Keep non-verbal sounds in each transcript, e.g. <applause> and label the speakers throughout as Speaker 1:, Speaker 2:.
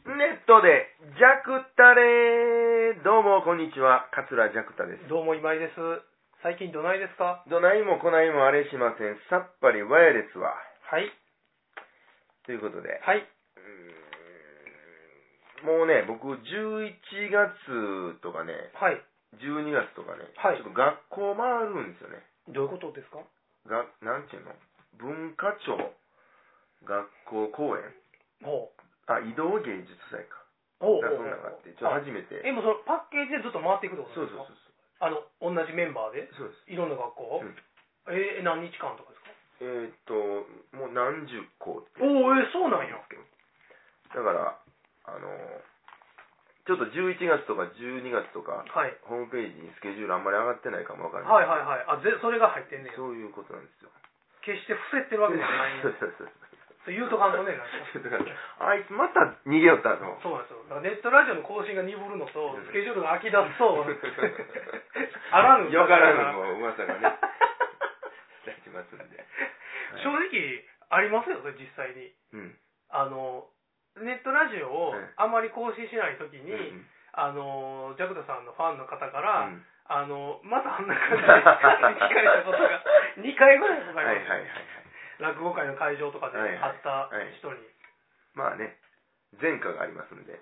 Speaker 1: 人で、ジャクタレーどうも、こんにちは。桂ジャクタです。
Speaker 2: どうも今井です。最近どないですか
Speaker 1: どないもこないもあれしません。さっぱりワイヤレスは。
Speaker 2: はい。
Speaker 1: ということで、
Speaker 2: はい。
Speaker 1: うーんもうね、僕、11月とかね、
Speaker 2: はい。
Speaker 1: 12月とかね、
Speaker 2: はい
Speaker 1: ちょっと学校回るんですよね。
Speaker 2: どういうことですか
Speaker 1: が、なんていうの文化庁学校公演
Speaker 2: ほう。
Speaker 1: あ、移動芸術祭か。
Speaker 2: ほう。
Speaker 1: なんかそんなんがあって、ちょっと初めて。
Speaker 2: え、もうそのパッケージでずっと回っていくってこと
Speaker 1: そう
Speaker 2: で
Speaker 1: そ
Speaker 2: すか
Speaker 1: うそうそう。
Speaker 2: あの、同じメンバーで
Speaker 1: そうです。
Speaker 2: いろんな学校、
Speaker 1: うん
Speaker 2: えー何日間とかですか
Speaker 1: えーっと、もう何十校って。
Speaker 2: おおえーそうなんや。
Speaker 1: だから、あの、ちょっと11月とか12月とか、
Speaker 2: はい。
Speaker 1: ホームページにスケジュールあんまり上がってないかもわから
Speaker 2: はい
Speaker 1: ない。
Speaker 2: はいはい。あ、ぜそれが入ってんねや。
Speaker 1: そういうことなんですよ。
Speaker 2: 決して伏せてるわけじゃないんや
Speaker 1: そう。そうそう。
Speaker 2: そう言うとかんとね、なん
Speaker 1: <laughs>
Speaker 2: か。
Speaker 1: だから <laughs> あいつまた逃げよったと思う。
Speaker 2: そうなんですよ。だからネットラジオの更新が鈍るのと、スケジュールが空きだ
Speaker 1: <laughs>
Speaker 2: そう。あらぬ。
Speaker 1: よからぬもう噂がね、立ちますんで。
Speaker 2: 正直、ありますよ、それ実際に。
Speaker 1: うん。
Speaker 2: あの、ネットラジオを
Speaker 1: はい
Speaker 2: あまり更新しないとき
Speaker 1: うん
Speaker 2: に、
Speaker 1: うん
Speaker 2: あの、ジャクタさんのファンの方から、
Speaker 1: うん
Speaker 2: あの、またあんな感じで聞かれたこと
Speaker 1: <laughs>
Speaker 2: が2回ぐらいござ
Speaker 1: はいいはい
Speaker 2: ます。
Speaker 1: はいはい。
Speaker 2: 落語会の会場とかで
Speaker 1: はい
Speaker 2: 会った人に。
Speaker 1: まあね、前科がありますんで。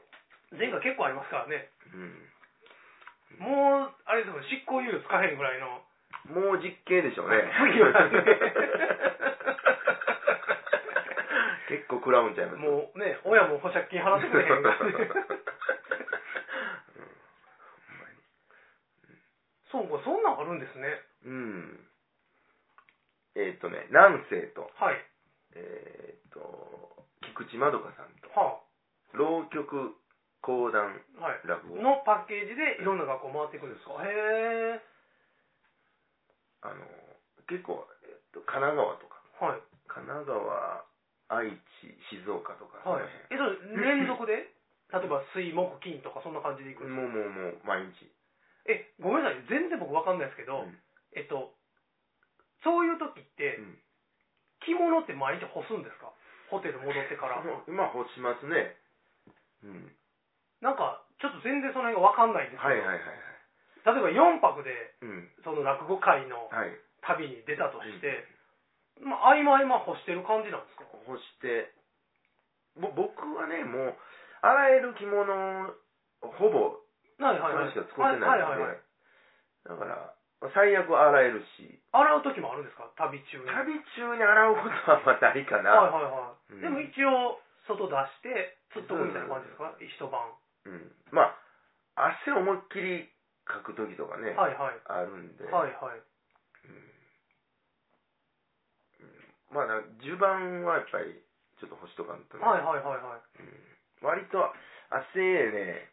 Speaker 2: 前回結構ありますからね。
Speaker 1: うん。
Speaker 2: もう、あれですもん、執行猶予つかへんぐらい
Speaker 1: <laughs>
Speaker 2: の。。
Speaker 1: もう実刑でしょうね <laughs> 結構食らうんちゃいますう。
Speaker 2: もうね、親も保釈金払ってくれへんからねそうか、そんなんあるんですね。
Speaker 1: <laughs> うん。えっ、とね、南西と、
Speaker 2: はい。
Speaker 1: えっ、と、菊池まどかさんと、
Speaker 2: は
Speaker 1: 浪曲、講談、
Speaker 2: あ、はい。
Speaker 1: 落語、
Speaker 2: のパッケージでいろんな学校回っていくんですか、へえ
Speaker 1: あの、結構、えっと、神奈川とか、
Speaker 2: はい
Speaker 1: 神奈川、愛知、静岡とか、
Speaker 2: はい
Speaker 1: そ
Speaker 2: えそれ連続
Speaker 1: <laughs>
Speaker 2: で例えば水木金とかそんな感じでいく
Speaker 1: の辺
Speaker 2: んですか
Speaker 1: もう、もう、もう、毎日。
Speaker 2: えごめんなさい全然僕わかんないですけど、
Speaker 1: うん
Speaker 2: えっとそういう時って
Speaker 1: うん
Speaker 2: 着物って毎日干すんですかホテル戻ってからな
Speaker 1: <laughs> まあ、干しますね。うん。
Speaker 2: んかちょっと全然その辺がわかんないんですけど、
Speaker 1: はいはいはいは
Speaker 2: 例
Speaker 1: い。
Speaker 2: えば4泊で
Speaker 1: うん。
Speaker 2: その落語会の
Speaker 1: はい。
Speaker 2: 旅に出たとして、まあ、合間合間干してる感じなんですか
Speaker 1: 干して、ぼ僕はね、もう、洗える着物、ほぼ、
Speaker 2: はい
Speaker 1: そ
Speaker 2: はいは
Speaker 1: れ
Speaker 2: い
Speaker 1: しか使ってない
Speaker 2: はいはい
Speaker 1: の
Speaker 2: はい
Speaker 1: で、だから、最悪は洗えるし、
Speaker 2: 洗う時もあるんですか旅中に
Speaker 1: 旅中に洗うことはまあないか
Speaker 2: はい
Speaker 1: な。
Speaker 2: はいはい、
Speaker 1: うん
Speaker 2: でも一応外出して釣っとくみたいな感じですか、一晩
Speaker 1: うん。まあ、汗思いっきりかくときとかね、
Speaker 2: はいはい
Speaker 1: あるんで、
Speaker 2: はいはい
Speaker 1: まあ、だから襦袢はやっぱり、ちょっと干しとかんとね、
Speaker 2: はいはいはいはい
Speaker 1: 割と汗ね、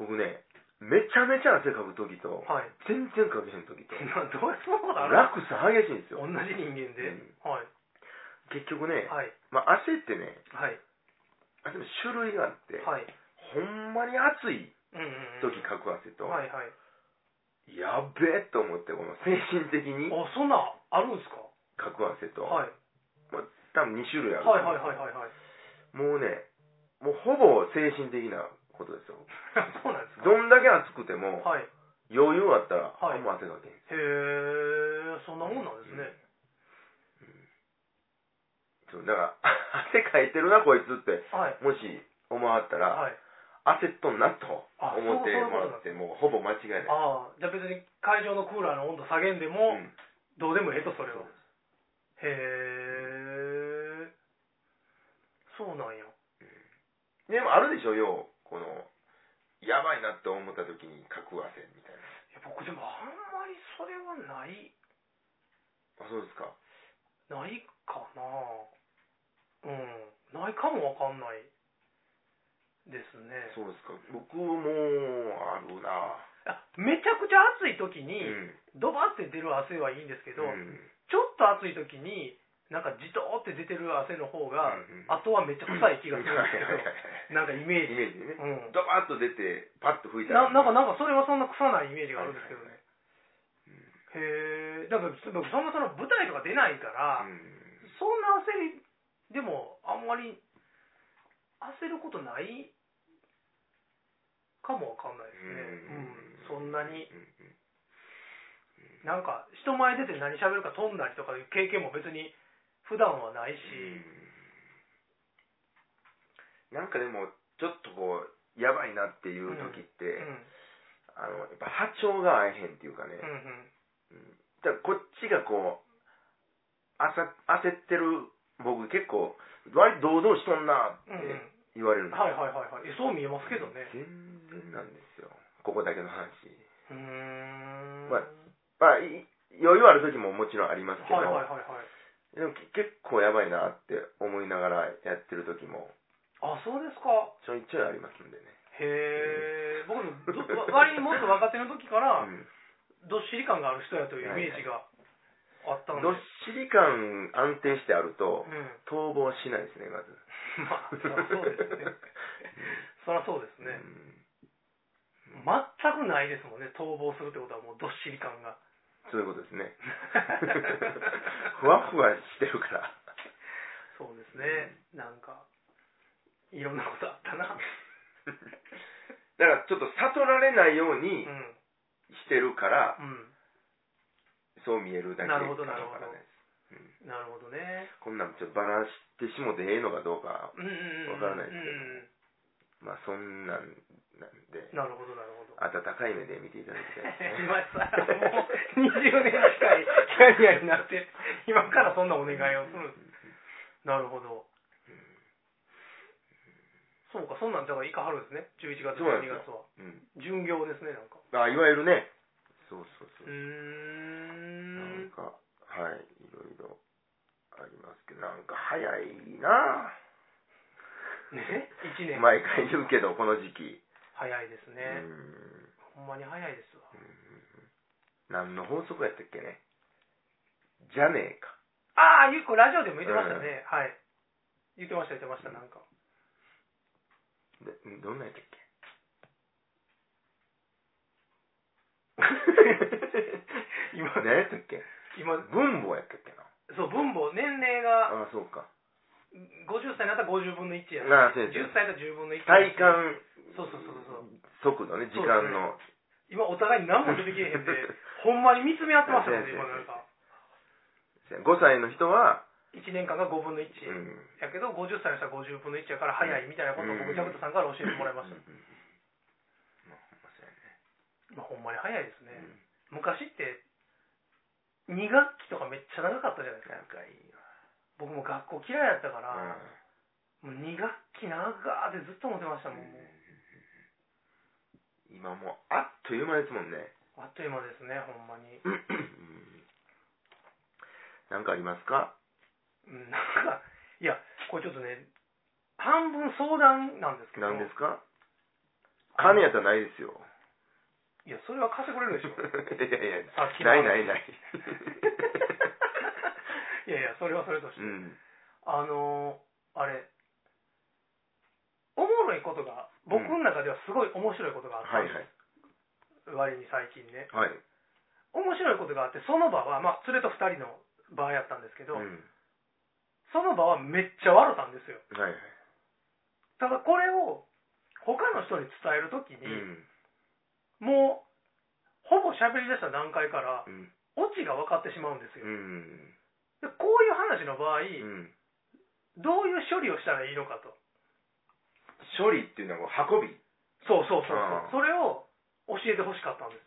Speaker 1: 僕ね、めちゃめちゃ汗かくときと、
Speaker 2: はい
Speaker 1: 全然かけへんときと、
Speaker 2: な <laughs> どういうことある
Speaker 1: 落差激しいんですよ
Speaker 2: 同。じ人間で、
Speaker 1: うん
Speaker 2: はい
Speaker 1: 結局ね、
Speaker 2: はい
Speaker 1: まあ、汗ってね、
Speaker 2: はい
Speaker 1: 汗の種類があって、
Speaker 2: はい
Speaker 1: ほんまに暑い
Speaker 2: うんうんうん
Speaker 1: 時かく汗と、
Speaker 2: はいはい
Speaker 1: やっべえと思って、この精神的に
Speaker 2: あそんなんあるんですか
Speaker 1: かく汗と、
Speaker 2: はい
Speaker 1: 多分2種類ある、
Speaker 2: はいはいはいはいはい <laughs>
Speaker 1: もうね、もうほぼ精神的なことですよ。
Speaker 2: そうなんですか
Speaker 1: どんだけ暑くても、
Speaker 2: はいへ
Speaker 1: 余裕あったら、
Speaker 2: はい
Speaker 1: あんま汗かけへん。
Speaker 2: えそんなもんなんですね、
Speaker 1: そうだから、 <laughs> 汗かいてるな、こいつって、
Speaker 2: はい
Speaker 1: もし思わはったら、
Speaker 2: はい
Speaker 1: 焦っとんなと
Speaker 2: あ
Speaker 1: 思って
Speaker 2: そうそういうこ
Speaker 1: も
Speaker 2: と
Speaker 1: ら
Speaker 2: なん
Speaker 1: って、もうほぼ間違いない。
Speaker 2: ああじゃあ別に会場のクーラーの温度下げんでも、
Speaker 1: うん
Speaker 2: どうでもええとそれは
Speaker 1: そう
Speaker 2: へえそうなんや
Speaker 1: でもあるでしょ、よう、この、やばいなって思った時にかく汗みたい
Speaker 2: いや僕でもあんまりそれはない
Speaker 1: な。あ、そうですか。
Speaker 2: ないかなうんないかもわかんないですね
Speaker 1: そうですか。僕も、あるな。
Speaker 2: あめちゃくちゃ暑い時
Speaker 1: う
Speaker 2: に
Speaker 1: ん。
Speaker 2: ドバって出る汗はいいんですけど、
Speaker 1: うん
Speaker 2: ちょっと暑い時になんかじとーって出てる汗の方が、
Speaker 1: うん
Speaker 2: 後はめっちゃ臭い気がするんです
Speaker 1: <laughs> はいはいはい
Speaker 2: けどなんかイメ
Speaker 1: イ
Speaker 2: ージ
Speaker 1: メージね。
Speaker 2: うん
Speaker 1: ドバーッと出て、パッと吹いた
Speaker 2: ななんか
Speaker 1: か、
Speaker 2: なんかそれはそんな臭ないイメージがあるんですけどね、へえだからそそんなその舞台とか出ないから、
Speaker 1: うん
Speaker 2: そんな焦りでもあんまり焦ることないかもわかんないですね、うん、そんなに
Speaker 1: うんうん
Speaker 2: なんか人前出て何喋るか飛んだりとかいう経験も別に普段はないし、
Speaker 1: うんなんかでもちょっとこうやばいなっていう時って、
Speaker 2: うん
Speaker 1: あのやっぱ波長が合えへんっていうかね、
Speaker 2: うん
Speaker 1: うんだからこっちがこうあさ焦ってる僕結構割と堂々しとんなっ
Speaker 2: うんうん
Speaker 1: て言われ
Speaker 2: う
Speaker 1: る
Speaker 2: んん
Speaker 1: です
Speaker 2: はい
Speaker 1: よ、
Speaker 2: はいはいはいえそう見えますけどね
Speaker 1: 全然なんですよここだけの話
Speaker 2: うーん
Speaker 1: まあまあいい余裕ある時ももちろんありますけど、
Speaker 2: はいはいはいはい
Speaker 1: でもけ結構やばいなって思いながらやってる時も
Speaker 2: あそうですか
Speaker 1: ちょいちょいありますんでね、
Speaker 2: へえ、僕もどわ割にもっと若手の時から
Speaker 1: うん
Speaker 2: どっしり感がある人やというイメージがあったので、
Speaker 1: どっしり感安定してあると
Speaker 2: うん
Speaker 1: 逃亡しないですねまず
Speaker 2: <laughs> まあそりゃそうですねそりゃそうですね、
Speaker 1: <laughs> うん
Speaker 2: 全くないですもんね逃亡するってことはもうどっしり感が
Speaker 1: そういうことですね <laughs> ふわふわしてるから
Speaker 2: そうですねなんかいろんなことあった
Speaker 1: <laughs>
Speaker 2: な
Speaker 1: だからちょっと悟られないよう
Speaker 2: うん
Speaker 1: にしてるから、
Speaker 2: う
Speaker 1: そう見えるだけ
Speaker 2: なるほどなるほど
Speaker 1: わからないです
Speaker 2: んなるほどね
Speaker 1: こんなんちょっとバラしてしもてええのかどうか
Speaker 2: うんうんうん
Speaker 1: わからないですけ
Speaker 2: う
Speaker 1: ど
Speaker 2: ん
Speaker 1: まあそんなんなんで
Speaker 2: なるほどなるほど
Speaker 1: 温かい目で見てい
Speaker 2: <laughs>
Speaker 1: ただきたいですね
Speaker 2: 今さ、もう20年近いキャリアになって、今からそんなお願いをする。なるほど。そうか、そんなんじゃあ、いかはるんですね。11月、
Speaker 1: そうなん
Speaker 2: 12
Speaker 1: です
Speaker 2: 月は。
Speaker 1: うん
Speaker 2: 巡業ですね、なんか。
Speaker 1: あいわゆるねそうそうそう
Speaker 2: うー
Speaker 1: なん
Speaker 2: ん。
Speaker 1: か、はい、いろいろありますけど、なんか早いなぁ
Speaker 2: ね ?1 年。
Speaker 1: 毎回言うけど、この時期。
Speaker 2: 早いです
Speaker 1: う
Speaker 2: ね。
Speaker 1: ん
Speaker 2: ほんまに早いですわ。
Speaker 1: 何の法則やったっけね。じゃねえか。
Speaker 2: ああ、ゆうこ、ラジオでも言ってましたね。はい。言ってました、言ってました、なんか。
Speaker 1: でどんなんやったっ
Speaker 2: <laughs>
Speaker 1: け
Speaker 2: 今
Speaker 1: 何やったっけ
Speaker 2: 今、
Speaker 1: 文房やったっけな。
Speaker 2: そう、分母、年齢が、
Speaker 1: ああ、そうか。
Speaker 2: 50歳になったら50分の1や
Speaker 1: なあ先生
Speaker 2: 10歳だったら10分の1
Speaker 1: 体感
Speaker 2: そうそうそうそう
Speaker 1: 速度ね、時間の。
Speaker 2: 今お互いに何も出てきへんで
Speaker 1: <laughs>
Speaker 2: ほんまに見つめ合ってましたもんね
Speaker 1: 先生
Speaker 2: 今なんか
Speaker 1: 5歳の人は、
Speaker 2: 1年間が5分の1、
Speaker 1: うん。
Speaker 2: やけど50歳の人は50分の1やから早いみたいなことを僕ジャクトさんから教えてもらいました、
Speaker 1: うんうんうんまあほんまそうやね
Speaker 2: まあ、ほんまに早いですね、昔って2学期とかめっちゃ長かったじゃないですか
Speaker 1: なんかいいよ。
Speaker 2: 僕も学校嫌いだったか
Speaker 1: う
Speaker 2: ら、
Speaker 1: ん
Speaker 2: もう2学期長ーってずっと思ってましたもん、もう
Speaker 1: 今もうあっという間ですもんね。
Speaker 2: あっという間ですねほんまに
Speaker 1: うんなんかありますか
Speaker 2: うんなんか、いや、これちょっとね、半分相談なんですけど、
Speaker 1: 何ですか
Speaker 2: あの
Speaker 1: 金やったらないですよ。
Speaker 2: いや、それは貸してくれるでしょ。
Speaker 1: いやいや
Speaker 2: さっきの
Speaker 1: <laughs> ないない
Speaker 2: <laughs>
Speaker 1: ない。
Speaker 2: いやいや、それはそれとして。
Speaker 1: うん。
Speaker 2: あのーあれ、おもろいことが、僕の中ではすごい面白いことがあった
Speaker 1: は
Speaker 2: ん
Speaker 1: いは
Speaker 2: です、
Speaker 1: い。
Speaker 2: 割に最近ね。
Speaker 1: はい。
Speaker 2: 面白いことがあって、その場は、まあ、連れと2人の場やったんですけど、
Speaker 1: うん
Speaker 2: その場はめっちゃ笑ったんですよ。
Speaker 1: はいはい。
Speaker 2: ただこれを、他の人に伝えるときに、
Speaker 1: うん
Speaker 2: もう、ほぼ喋り出した段階から、
Speaker 1: うん
Speaker 2: オチが分かってしまうんです
Speaker 1: う
Speaker 2: よ、
Speaker 1: ん
Speaker 2: でこういう話の場合、
Speaker 1: うん。
Speaker 2: どういう処理をしたらいいのかと
Speaker 1: 処理っていうのはこう運び。
Speaker 2: そうそうそう
Speaker 1: ああ
Speaker 2: そうそれを教えてほしかったんです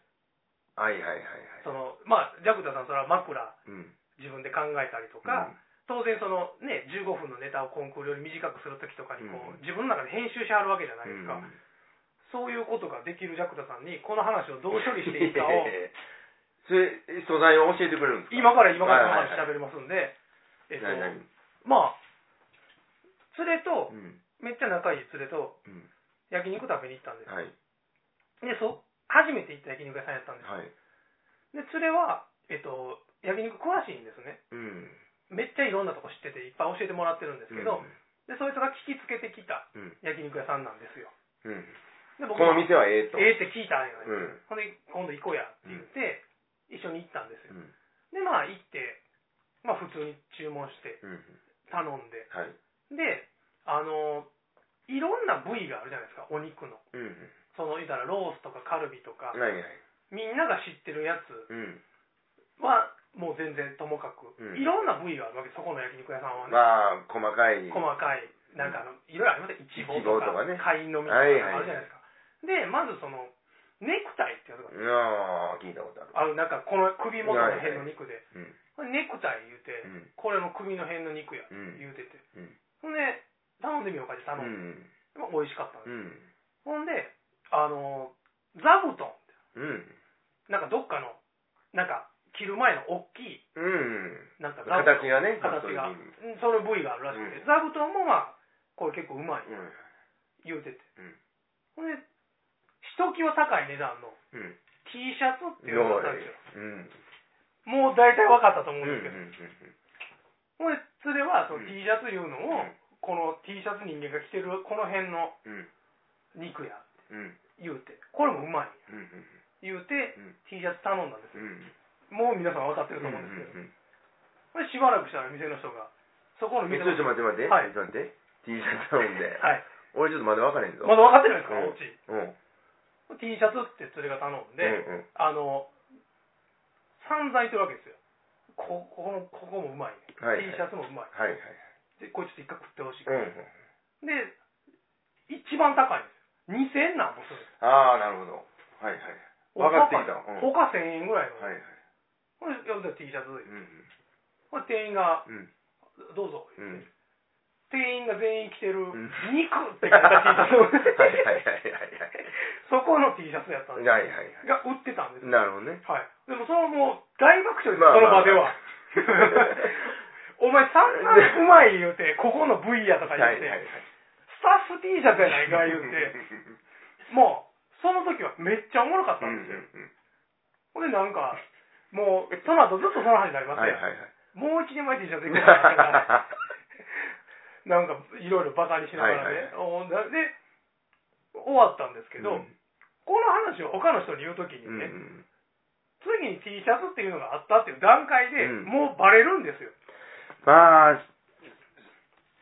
Speaker 1: はいはいはいはい。
Speaker 2: そのまあジャクタさんそれは枕
Speaker 1: うん。
Speaker 2: 自分で考えたりとか、当然そのね15分のネタをコンクールより短くする時とかにこ
Speaker 1: うん
Speaker 2: う、自分の中で編集しはるわけじゃないですか、
Speaker 1: うん
Speaker 2: そういうことができるジャクタさんにこの話をどう処理していい
Speaker 1: <laughs>
Speaker 2: かを
Speaker 1: それ、素材を教えてくれるんですか
Speaker 2: 今から今から
Speaker 1: はい
Speaker 2: この話喋りますんで、えっと
Speaker 1: 何々
Speaker 2: まあ連れと
Speaker 1: うん
Speaker 2: めっちゃ仲いい連れと
Speaker 1: うん
Speaker 2: 焼肉食べに行ったんです
Speaker 1: はい。
Speaker 2: でそ初めて行った焼肉屋さんやったんです
Speaker 1: はい。
Speaker 2: で連れは、えっと、焼肉詳しいんですね
Speaker 1: うん。
Speaker 2: めっちゃいろんなとこ知ってていっぱい教えてもらってるんですけど、でそいつが聞きつけてきた
Speaker 1: うん、
Speaker 2: 焼肉屋さんなんですよ
Speaker 1: うん。
Speaker 2: で
Speaker 1: うん。こ
Speaker 2: 僕
Speaker 1: の
Speaker 2: も
Speaker 1: 店はええと。
Speaker 2: ええって聞いたんや
Speaker 1: う
Speaker 2: ね、
Speaker 1: ん。
Speaker 2: ほんで今度行こうやって言って、一緒に行ったんです
Speaker 1: う
Speaker 2: よ
Speaker 1: ん。
Speaker 2: でまあ行って、まあ、普通に注文して
Speaker 1: うん。
Speaker 2: 頼んで
Speaker 1: はい。
Speaker 2: であのいろんな部位があるじゃないですかお肉の
Speaker 1: うん。
Speaker 2: その、言ったらロースとかカルビとか、
Speaker 1: はいはい。
Speaker 2: みんなが知ってるやつ
Speaker 1: うん。
Speaker 2: は、もう全然ともかく、
Speaker 1: うん
Speaker 2: いろんな部位があるわけ、そこの焼肉屋さんはね。
Speaker 1: まあ、細かい。
Speaker 2: 細かい、なんかあの、いろいろありますよ。イチボ
Speaker 1: イチボ
Speaker 2: と
Speaker 1: と
Speaker 2: か、
Speaker 1: かね
Speaker 2: 会員のみたいなのあるじゃないですか。で、まずその、ネクタイってやつが
Speaker 1: ああ、聞いたことあ
Speaker 2: あ
Speaker 1: る。
Speaker 2: る、なんかこの首元の辺の肉で、
Speaker 1: うん。
Speaker 2: これネクタイ言うて、
Speaker 1: うん。
Speaker 2: これの首の辺の肉や、
Speaker 1: うん
Speaker 2: 言うてて。
Speaker 1: うん
Speaker 2: ほんで、頼んでみようかって頼
Speaker 1: う
Speaker 2: で、
Speaker 1: んん。
Speaker 2: まあ美味しかったん
Speaker 1: う
Speaker 2: です。
Speaker 1: ん。
Speaker 2: ほんで、あの、座布団、
Speaker 1: うん。
Speaker 2: なんかどっかの、なんか着る前の大きい、
Speaker 1: うん。
Speaker 2: なんか座布団
Speaker 1: 形がね、
Speaker 2: 形が、う
Speaker 1: うん
Speaker 2: んその部位があるらしくて、座布団もまあ、これ結構うまい、言うてて。ほんで、ひときわ高い値段の
Speaker 1: うん。うん。
Speaker 2: T シャツっていうのがあったんですよ。
Speaker 1: うん。
Speaker 2: もう大体分かったと思
Speaker 1: う
Speaker 2: うん
Speaker 1: ん。
Speaker 2: ですけど。ほんで、それはその T シャツいうのを、この T シャツ人間が着てるこの辺の
Speaker 1: うん。うん。
Speaker 2: 肉や、
Speaker 1: うん。
Speaker 2: 言うて。これもうまい。
Speaker 1: うん。
Speaker 2: 言うて、
Speaker 1: うん
Speaker 2: T シャツ頼んだんですよ。
Speaker 1: うん。
Speaker 2: もう皆さん分かってると思うんですけど。ほんでしばらくしたら店の人が、そこの
Speaker 1: えち
Speaker 2: 店
Speaker 1: ょ
Speaker 2: の
Speaker 1: っと待って待って。
Speaker 2: はい
Speaker 1: ちょっと待って。T シャツ頼んで。
Speaker 2: はい。
Speaker 1: 俺ちょっとまだ分からへんぞ。
Speaker 2: まだ分かってないですか、
Speaker 1: うん
Speaker 2: おうち。
Speaker 1: うん。
Speaker 2: T シャツってそれが頼んで、
Speaker 1: うん
Speaker 2: あの、散々言ってるわけですよ。こここの、ここもうまいね。
Speaker 1: うん。はい。
Speaker 2: T シャツもうまい。
Speaker 1: はいはい。
Speaker 2: で、これちょっと一回食ってほしい。
Speaker 1: うん。
Speaker 2: で、一番高いんですよ。2000なんぼするんです
Speaker 1: ああ、なるほど。はいはい。分かってきた。うん。は
Speaker 2: 他1000円ぐらいの。
Speaker 1: いはい。
Speaker 2: これ、読んだ T シャツで
Speaker 1: う。ん。
Speaker 2: これ店員が、
Speaker 1: うん。
Speaker 2: どうぞ。
Speaker 1: うん。
Speaker 2: <laughs> 店員が全員着てる、
Speaker 1: ん
Speaker 2: 肉って書い
Speaker 1: は
Speaker 2: た
Speaker 1: いはい
Speaker 2: T シャツ。
Speaker 1: <laughs> はいは
Speaker 2: そこの T シャツやったん
Speaker 1: いはい。
Speaker 2: です
Speaker 1: はいはいはい。
Speaker 2: が、売ってたんですよ。
Speaker 1: なるほ
Speaker 2: <laughs>
Speaker 1: どね。
Speaker 2: はい。でも、そのもう、大爆笑です、
Speaker 1: まあ
Speaker 2: その
Speaker 1: まあ
Speaker 2: 場で
Speaker 1: <laughs>
Speaker 2: は。お前、散々うまい言うて、ここの部位やとか
Speaker 1: はい
Speaker 2: 言
Speaker 1: は
Speaker 2: っ
Speaker 1: いはい
Speaker 2: て、。スタッフ T シャツやないか言う
Speaker 1: <laughs>
Speaker 2: て、もう、その時はめっちゃおもろかっ
Speaker 1: う
Speaker 2: た
Speaker 1: んう
Speaker 2: で
Speaker 1: ん
Speaker 2: すよ。
Speaker 1: ん
Speaker 2: ほんで、なんか、もう、その後ずっとその話になり
Speaker 1: うん。
Speaker 2: ます
Speaker 1: はい
Speaker 2: ね。
Speaker 1: はいはい。
Speaker 2: もう一年前 T シャツ行こうかな
Speaker 1: <laughs>
Speaker 2: なんか、いろいろバカにしながらね。おーなで、終わったんですけど、この話を他の人に言う時に
Speaker 1: うんう
Speaker 2: ね、
Speaker 1: ん
Speaker 2: 次に T シャツっていうのがあったっていう段階で、
Speaker 1: うん
Speaker 2: もうバレるんですよ。
Speaker 1: まあ、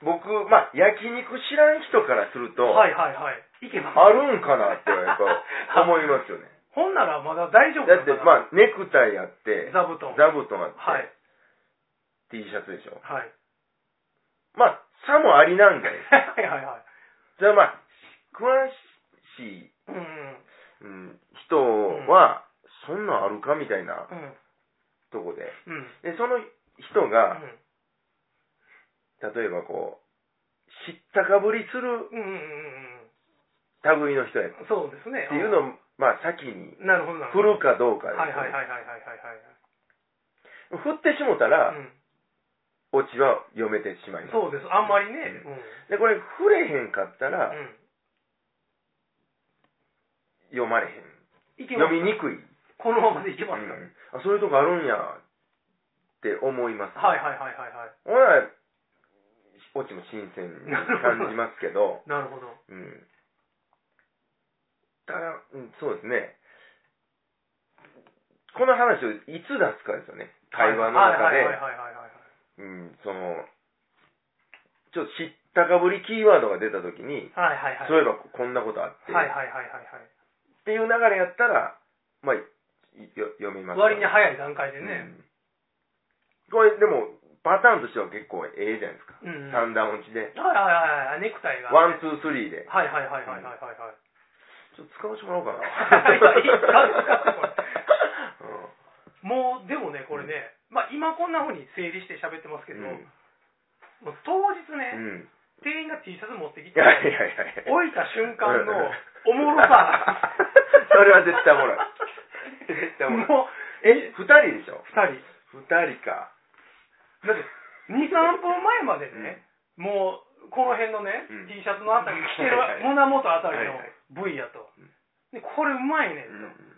Speaker 1: 僕、まあ、焼肉知らん人からすると、
Speaker 2: はいはいはい。いけます。
Speaker 1: あるんかなってやっ
Speaker 2: <laughs>
Speaker 1: ぱ思いますよね。
Speaker 2: ほんならまだ大丈夫
Speaker 1: だって、
Speaker 2: あ、
Speaker 1: まあ、ネクタイあって、
Speaker 2: 座布団。
Speaker 1: 座布団あって、
Speaker 2: はい。
Speaker 1: T シャツでしょ。
Speaker 2: はい。
Speaker 1: まあ、さもありなんだよ。
Speaker 2: <laughs> はいはいはい。
Speaker 1: じゃあまあ、詳しい、
Speaker 2: うんうん。
Speaker 1: うん、人は、そんなんあるかみたいな
Speaker 2: うん。
Speaker 1: とこで。
Speaker 2: うん。うん
Speaker 1: で、その人が、例えばこう、知ったかぶりする
Speaker 2: うんうんうんうん。
Speaker 1: 類の人やっ
Speaker 2: そうですね。
Speaker 1: ていうのを、まあ、先に
Speaker 2: なるほどなる
Speaker 1: 振
Speaker 2: ほど。
Speaker 1: るかどうかです
Speaker 2: はい
Speaker 1: よね
Speaker 2: はいはいはいはいはい
Speaker 1: 振ってしもたら
Speaker 2: は、い。うん
Speaker 1: オチは読めてしまいます。
Speaker 2: そうです。あんまりね。うん。
Speaker 1: で、これ、振れへんかったら、
Speaker 2: う
Speaker 1: 読まれへん。
Speaker 2: ん。いけま
Speaker 1: 読
Speaker 2: す。
Speaker 1: みにくい。
Speaker 2: このままでいけます
Speaker 1: う
Speaker 2: から。
Speaker 1: んあ、そういうとこあるんや、って思います。
Speaker 2: はいはいはいはいはい。
Speaker 1: ほら、オチも新鮮に感じますけ
Speaker 2: <laughs>
Speaker 1: ど、
Speaker 2: なるほど。
Speaker 1: うん。ただ、うんそうですね。この話をいつ出すかですよね。会話の中
Speaker 2: はいはい
Speaker 1: で、
Speaker 2: はいはいはいはい。
Speaker 1: うん、その、ちょっと知ったかぶりキーワードが出たときに、
Speaker 2: はいはいはい。
Speaker 1: そういえばこんなことあって、
Speaker 2: はいはいはいはいはい。
Speaker 1: っていう流れやったら、まあ、いよ読みます、
Speaker 2: 割に
Speaker 1: い
Speaker 2: 早い段階でね。
Speaker 1: これ、でも、パターンとしては結構ええじゃないですか。
Speaker 2: うんうん。はい
Speaker 1: 三段落ちで。
Speaker 2: はいはいはい。ネクタイが。
Speaker 1: ワン、ツー、スリーで。
Speaker 2: はいはいはいはいはいはいはい。
Speaker 1: ちょっと使わせてもらおうかな。
Speaker 2: いやいい使って使って
Speaker 1: うん
Speaker 2: もう、でもね、これね、まあ今こんな風に整理して喋ってますけど、
Speaker 1: うん
Speaker 2: もう当日
Speaker 1: う
Speaker 2: ね、
Speaker 1: ん。
Speaker 2: 店員が T シャツ持ってき
Speaker 1: い
Speaker 2: て、
Speaker 1: やいや
Speaker 2: 置
Speaker 1: いやいや。
Speaker 2: いた瞬間の
Speaker 1: うん
Speaker 2: おもろさ。
Speaker 1: <laughs> それは絶対おもろい。絶対おもろい。
Speaker 2: もう、
Speaker 1: え、二人でしょ
Speaker 2: 二人。
Speaker 1: 二人か。
Speaker 2: だって、2、3分前までね、もう、この辺のね、
Speaker 1: うん
Speaker 2: T シャツのあたりに着てる
Speaker 1: はいはい
Speaker 2: 胸元あたり
Speaker 1: はいはい
Speaker 2: の部位やと。で、これうまいね
Speaker 1: うん
Speaker 2: と。
Speaker 1: ん。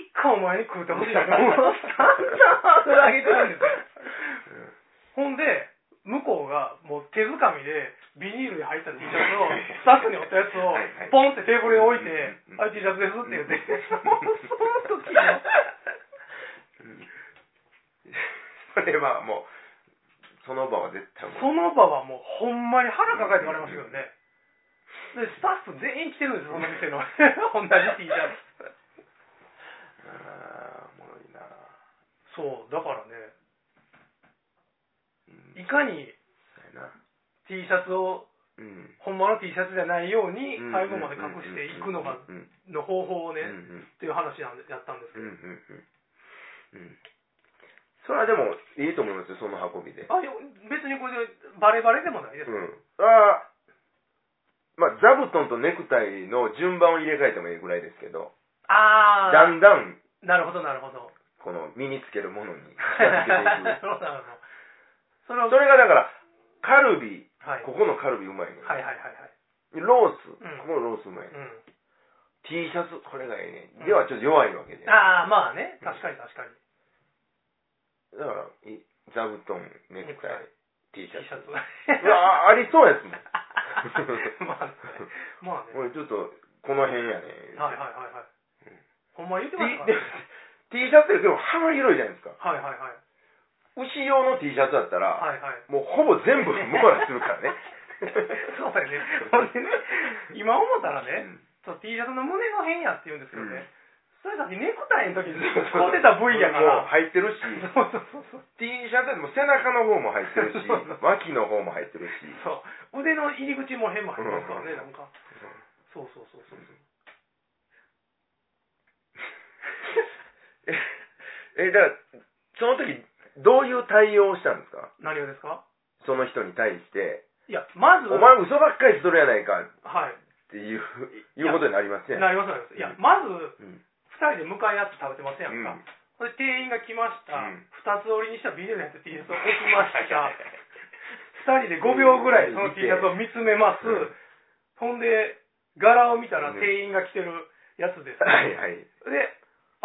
Speaker 2: 一回お前に食うてほしいな。もう散々
Speaker 1: <laughs>
Speaker 2: ハードル上げてるんですよ。ほんで、向こうがもう手づかみでビニールに入った T シャツを、スタッフにおったやつを
Speaker 1: はいはい
Speaker 2: ポンってテーブルに置いて、
Speaker 1: うん
Speaker 2: あれ T シャツですって言って、もう <laughs> その時の、
Speaker 1: それはもう、その場は絶対おもろい。
Speaker 2: その場はもうほんまに腹抱えて笑いましたけどね。でスタッフ全員着てるんですよその店の <laughs> 同じ T シャツ
Speaker 1: ああおもろいな
Speaker 2: そうだからね
Speaker 1: うん
Speaker 2: いかに
Speaker 1: そうやな
Speaker 2: T シャツを
Speaker 1: うん
Speaker 2: 本物の T シャツじゃないように
Speaker 1: うん
Speaker 2: 最後まで隠していくのが
Speaker 1: うん
Speaker 2: の方法を
Speaker 1: う
Speaker 2: ね、
Speaker 1: んうん
Speaker 2: っていう話なんでやったんです
Speaker 1: う
Speaker 2: け
Speaker 1: ん
Speaker 2: ど、
Speaker 1: うんうんうんそれはでもいいと思いますよその運びで
Speaker 2: あいや別にこれでバレバレでもないです、
Speaker 1: うん、あーまあ、座布団とネクタイの順番を入れ替えてもいいぐらいですけど、
Speaker 2: あ
Speaker 1: だんだん、
Speaker 2: あなるほどなるほど
Speaker 1: この身につけるものに近づけ
Speaker 2: <laughs> な
Speaker 1: ていく。
Speaker 2: るほどなるほどそれを
Speaker 1: それがだから、カルビ、
Speaker 2: はい、
Speaker 1: ここのカルビうまいね。
Speaker 2: はいはいはいはい
Speaker 1: ロース、
Speaker 2: うん
Speaker 1: ここのロースうまいね。
Speaker 2: う
Speaker 1: T シャツ、これがいいね
Speaker 2: うん。
Speaker 1: ではちょっと弱いわけで。
Speaker 2: ん、
Speaker 1: だか
Speaker 2: ああまあね確かに確かに
Speaker 1: ら、い座布団、ネクタイ、T
Speaker 2: T
Speaker 1: シ
Speaker 2: シ
Speaker 1: ャツ。
Speaker 2: ャツ
Speaker 1: うわあありそうやつもん。
Speaker 2: <laughs> まあねまあね
Speaker 1: 俺ちょっと、この辺やね。
Speaker 2: はいはいはいはいほんま言って
Speaker 1: T,
Speaker 2: ますからね
Speaker 1: T シャツよりでも幅広いじゃないですか。
Speaker 2: はいはいはい
Speaker 1: 牛用の T シャツだったら、
Speaker 2: はいはい。
Speaker 1: もうほぼ全部網羅するからね
Speaker 2: <laughs> そうだよねほんでね今思ったらね、そう T シャツの胸の辺やって言うんですけ
Speaker 1: う
Speaker 2: ど
Speaker 1: ん。
Speaker 2: ね、それだってネクタイの時に買うてた部位やか
Speaker 1: もう
Speaker 2: ら
Speaker 1: 入ってるし、
Speaker 2: そうそうそうそう
Speaker 1: T シャツでも背中の方も入ってるし、脇の方も入ってるし、
Speaker 2: そう腕の入り口も辺も入ってますからね、
Speaker 1: うん
Speaker 2: なんかそうそうそうそうそう
Speaker 1: <laughs> え、だから、その時、どういう対応をしたんですか
Speaker 2: 何がですか
Speaker 1: その人に対して、
Speaker 2: いやまず
Speaker 1: お前嘘ばっかりしとるやないかっ
Speaker 2: はい
Speaker 1: ていう、いうことになりますね。
Speaker 2: なりますなりますいやまず
Speaker 1: うん
Speaker 2: 2人で向かい合って食べてませんやんか、
Speaker 1: うん
Speaker 2: これ店員が来ました、
Speaker 1: うん
Speaker 2: 2つ折りにしたビニールのやつ T シャツを置きました2人で5秒ぐらいその T シャツを見つめます、
Speaker 1: うん
Speaker 2: ほんで柄を見たら
Speaker 1: うん
Speaker 2: 店員が着てるやつです、
Speaker 1: はいはい。
Speaker 2: で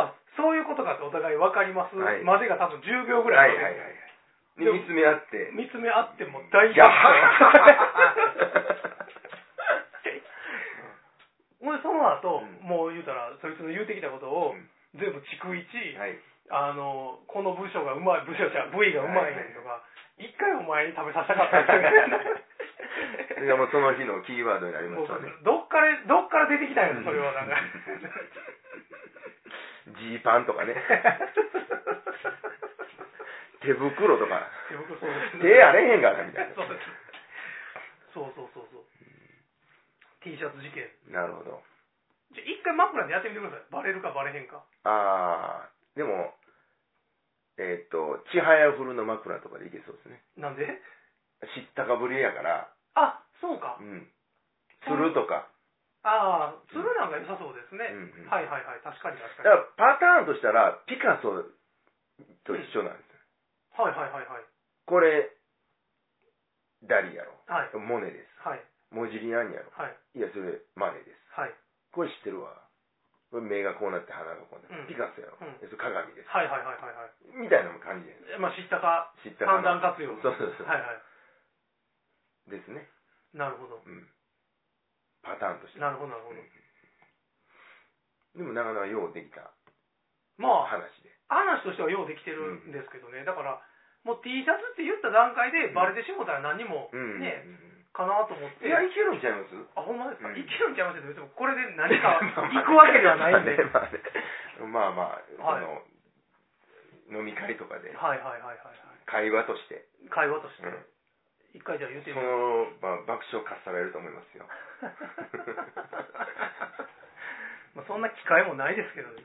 Speaker 2: あそういうことかってお互い分かります、
Speaker 1: はい
Speaker 2: までが多分10秒ぐ
Speaker 1: は
Speaker 2: ら
Speaker 1: い
Speaker 2: い,、
Speaker 1: はいはいはい。で見つめ合って、
Speaker 2: 見つめ合っても大
Speaker 1: い
Speaker 2: 丈
Speaker 1: や
Speaker 2: 夫 <laughs> ほ
Speaker 1: は
Speaker 2: んでその後、
Speaker 1: うん
Speaker 2: もう言うたらそいつの言うてきたことを
Speaker 1: うん
Speaker 2: 全部逐一、 <laughs>
Speaker 1: い。
Speaker 2: あのこの部署がうまい部署じゃ部位がうまいねんとか一回お前に食べさせたかったん <laughs> です
Speaker 1: いやもうその日のキーワードになりま
Speaker 2: もう
Speaker 1: したね。
Speaker 2: どっからどっから出てきたんやろそれはなん <laughs> か
Speaker 1: ジーパンとかね。手袋とか。
Speaker 2: 手袋そうです
Speaker 1: 手やれへんがな、みたい
Speaker 2: <laughs> そうですそうそうそうそう T シャツ事件
Speaker 1: な。なるほど。
Speaker 2: じゃあ一回枕でやってみてくださいバレるかバレへんか
Speaker 1: あー、でも、えーっと、ちはやふるの枕とかでいけそうですね。
Speaker 2: なんで
Speaker 1: 知ったかぶりやから、
Speaker 2: あそうか
Speaker 1: うん。するとか。
Speaker 2: ああそれなんか良さそうです
Speaker 1: う
Speaker 2: ね、
Speaker 1: んうん
Speaker 2: はいはいはい確かに確
Speaker 1: だ
Speaker 2: かに
Speaker 1: からパターンとしたら、ピカソと一緒なんですよ。
Speaker 2: はいはいはいはい
Speaker 1: これ、ダリやろ。
Speaker 2: はい
Speaker 1: モネです。
Speaker 2: はい
Speaker 1: モジリアンやろ。
Speaker 2: はい
Speaker 1: いや、それ、マネです。
Speaker 2: はい
Speaker 1: これ知ってるわ。これ目がこうなって鼻がこうなって。
Speaker 2: うん
Speaker 1: ピカソやろ。
Speaker 2: うん
Speaker 1: いやそれ鏡です。
Speaker 2: はいはいはいはいはい
Speaker 1: みたいな感じで
Speaker 2: まあ、知ったか、
Speaker 1: 知った
Speaker 2: 判
Speaker 1: か
Speaker 2: 断
Speaker 1: な。
Speaker 2: 活用。
Speaker 1: そうそうそう
Speaker 2: はいはい。
Speaker 1: ですね。
Speaker 2: なるほど。
Speaker 1: うん。パターンとして。
Speaker 2: なるほど、なるほど。
Speaker 1: でもなかなかようできた
Speaker 2: まあ、
Speaker 1: 話で。
Speaker 2: 話としてはようできてるんですけどね。だから、もう T シャツって言った段階でバレてしもたら何も
Speaker 1: うん。
Speaker 2: ね、
Speaker 1: うん
Speaker 2: かなと思って。
Speaker 1: いや、いけるんちゃいます
Speaker 2: あ、ほんまですか、
Speaker 1: うん
Speaker 2: いけるんちゃいますけど、別にこれで何
Speaker 1: <laughs>
Speaker 2: か行くわけではないんで。
Speaker 1: まあね。 <laughs> まあまあ、
Speaker 2: はい
Speaker 1: その、飲み会とかで、
Speaker 2: はいはいはいはいは
Speaker 1: 会話として、
Speaker 2: い。会話として
Speaker 1: う。ん
Speaker 2: 一回じゃあ言うて
Speaker 1: そ
Speaker 2: みよう。
Speaker 1: の、まあ、爆笑かっさられると思いますよ。
Speaker 2: <laughs> まあそんな機会もないですけどね。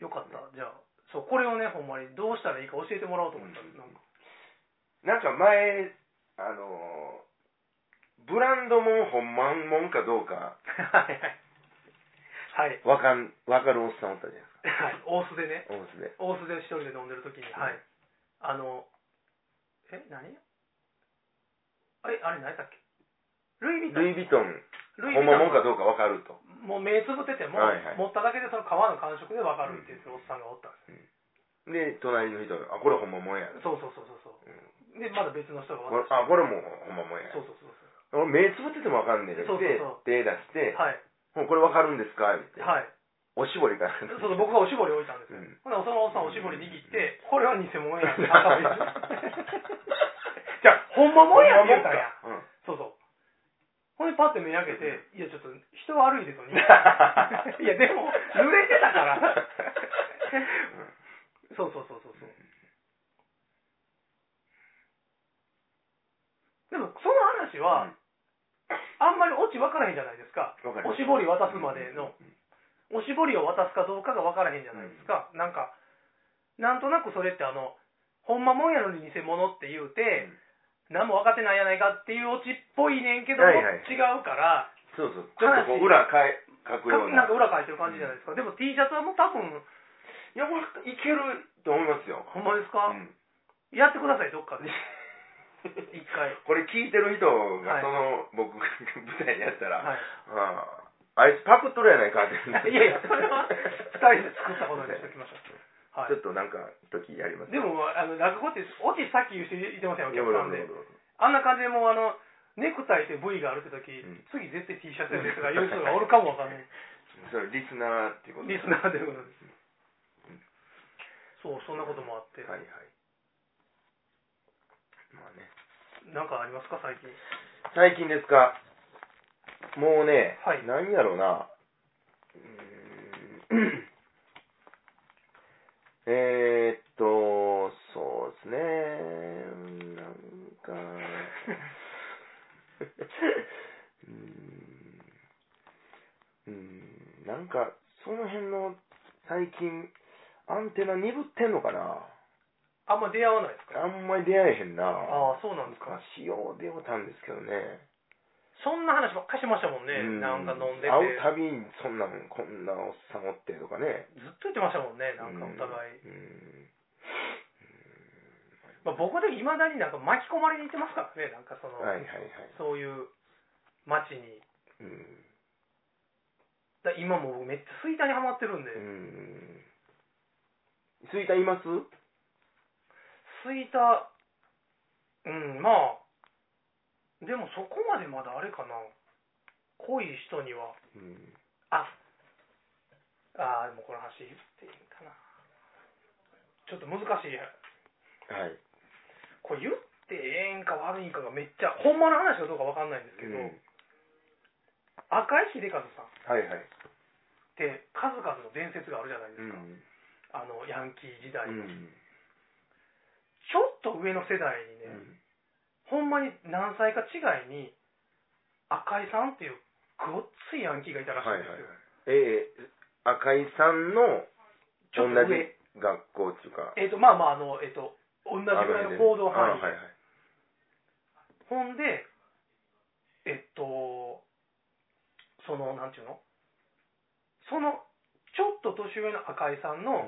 Speaker 2: よかった。じゃあ、そう、これをね、ほんまにどうしたらいいか教えてもらおうと思ったんです。なんか
Speaker 1: なんか前、あのー、ブランドもん、本んもんかどうか、
Speaker 2: はいはい。はい。
Speaker 1: わかん、わかるおっさんおったじゃないです
Speaker 2: はい。大須でね、
Speaker 1: か。おむすで。
Speaker 2: 大須で一人で飲んでる時に、はい。あの、え、何あれ、あれ何やったっけルイ・ヴィトン。ル
Speaker 1: ルイ・ヴィトン、
Speaker 2: イ・
Speaker 1: ほんまもんか
Speaker 2: ン
Speaker 1: どうかわかると。
Speaker 2: もう目つぶってても、
Speaker 1: はいはい
Speaker 2: 持っただけでその皮の感触で分かるって言ってるおっさんがおったんで
Speaker 1: で、隣の人が、あ、これほんまもんや。
Speaker 2: すよ。そうそうそうそうそう。で、まだ別の人が
Speaker 1: こ
Speaker 2: 渡
Speaker 1: れ
Speaker 2: して
Speaker 1: あ、これもほんまもんや。
Speaker 2: そうそうそうそう。
Speaker 1: 俺目つぶっててもわかんねえけど、
Speaker 2: そうそうそう
Speaker 1: で手出して、
Speaker 2: はい。
Speaker 1: もうこれわかるんですかって、
Speaker 2: はい。
Speaker 1: おしぼりから。
Speaker 2: そうそう、僕がおしぼり置いたんですよ。
Speaker 1: うん
Speaker 2: ほんならそのおっさんおしぼり握って、これは偽物やんって頭
Speaker 1: <laughs>
Speaker 2: に。じゃあ、ほんまもんやって言うたんや。
Speaker 1: ほんまもんか
Speaker 2: そうそう。ほんでパッて目開けて、いやちょっと人悪い
Speaker 1: <laughs>
Speaker 2: でと <laughs> に。いやでも、濡れてたから。 <laughs>
Speaker 1: <laughs>
Speaker 2: そうそうそうそうそう。でもその話は、あんまりオチ分からへんじゃないですか。
Speaker 1: わかり
Speaker 2: お
Speaker 1: ます
Speaker 2: しぼり渡すまでの、おしぼりを渡すかどうかが分からへんじゃないですか。なんか、なんとなくそれってあの、ほんまもんやのに偽物って言うて、何も分かってないやないかっていうオチっぽいねんけども、
Speaker 1: はいはい
Speaker 2: 違うから、
Speaker 1: そうそう。ちょっとこう裏かえ、書くよう
Speaker 2: なんか
Speaker 1: な。
Speaker 2: 裏返してる感じじゃないですか。でも T シャツはもう多分、
Speaker 1: いや、これいけると思いますよ。
Speaker 2: ほんまです
Speaker 1: う
Speaker 2: か、
Speaker 1: ん。
Speaker 2: やってください、どっかで。 <laughs> 一回。
Speaker 1: これ聞いてる人
Speaker 2: はい
Speaker 1: が、その、僕が舞台でやったら、
Speaker 2: はい。
Speaker 1: あああいつパクっとるやないかって。
Speaker 2: いやいや、それは二人で作ったことにして
Speaker 1: <laughs>
Speaker 2: おきましょう。はい
Speaker 1: ちょ。っとなんか、時やります。
Speaker 2: でも、あの、落語って、オチさっき言って言ってましたよ、お客さんで。
Speaker 1: ど。
Speaker 2: あんな感じでもう、あの、ネクタイって部位があるって時、
Speaker 1: ん
Speaker 2: 次絶対 T シャツやですとか言う人がおるかもわかんない。
Speaker 1: それ、リスナーってこと
Speaker 2: リスナーでもなんです。そう、そんなこともあって。
Speaker 1: はいはい。まあね。
Speaker 2: なんかありますか、最近。
Speaker 1: 最近ですかもうね、
Speaker 2: はい
Speaker 1: 何やろうな。うーん <clears throat> えーっと、そうですね。な
Speaker 2: <laughs>
Speaker 1: んか、うーんうーん、なんか、その辺の最近、アンテナ鈍ってんのかな
Speaker 2: あんま出会わないですか
Speaker 1: あんまり出会えへんな。
Speaker 2: ああ、そうなんですか。
Speaker 1: 昔よう出会うたんですけどね。
Speaker 2: そんな話ばっかりしましたもんね。
Speaker 1: う
Speaker 2: なんか飲んでて。
Speaker 1: 会うたびにそんなんこんなおっさんおってとかね
Speaker 2: ずっと言ってましたもんね、なんかお互い。
Speaker 1: うん
Speaker 2: まあ、僕的に未だになんか巻き込まれに行ってますからね、なんかその、
Speaker 1: はいはいはい
Speaker 2: そういう街に。
Speaker 1: うん
Speaker 2: だ今も僕めっちゃ吹田にハマってるんで、
Speaker 1: うん吹田います
Speaker 2: 吹田、うん、まあ、でもそこまでまだあれかな、濃い人には、
Speaker 1: うん
Speaker 2: あ、あーでもこの話言っていいかな。ちょっと難しいや。
Speaker 1: はい
Speaker 2: これ言ってええんか悪いんかがめっちゃ、ほんまの話かどうかわかんないんですけど、
Speaker 1: うん
Speaker 2: 赤井秀和さんっ
Speaker 1: はいはい
Speaker 2: て数々の伝説があるじゃないです
Speaker 1: う
Speaker 2: か。
Speaker 1: ん
Speaker 2: あの、ヤンキー時代、
Speaker 1: うん
Speaker 2: ちょっと上の世代に
Speaker 1: う
Speaker 2: ね、
Speaker 1: ん
Speaker 2: ほんまに何歳か違いに、赤井さんっていうごっついヤンキーがいたらし
Speaker 1: はい
Speaker 2: いん
Speaker 1: はいはい
Speaker 2: ですよ。
Speaker 1: ええ赤井さんの
Speaker 2: ちょっと
Speaker 1: 同
Speaker 2: 上
Speaker 1: じ。学校っていうか
Speaker 2: えっ、と、まあまあ、あの、えっ、と、同じぐらいの行動範囲。
Speaker 1: あはいはい
Speaker 2: ほんで、えっと、その、なんていうのその、ちょっと年上の赤井さんの、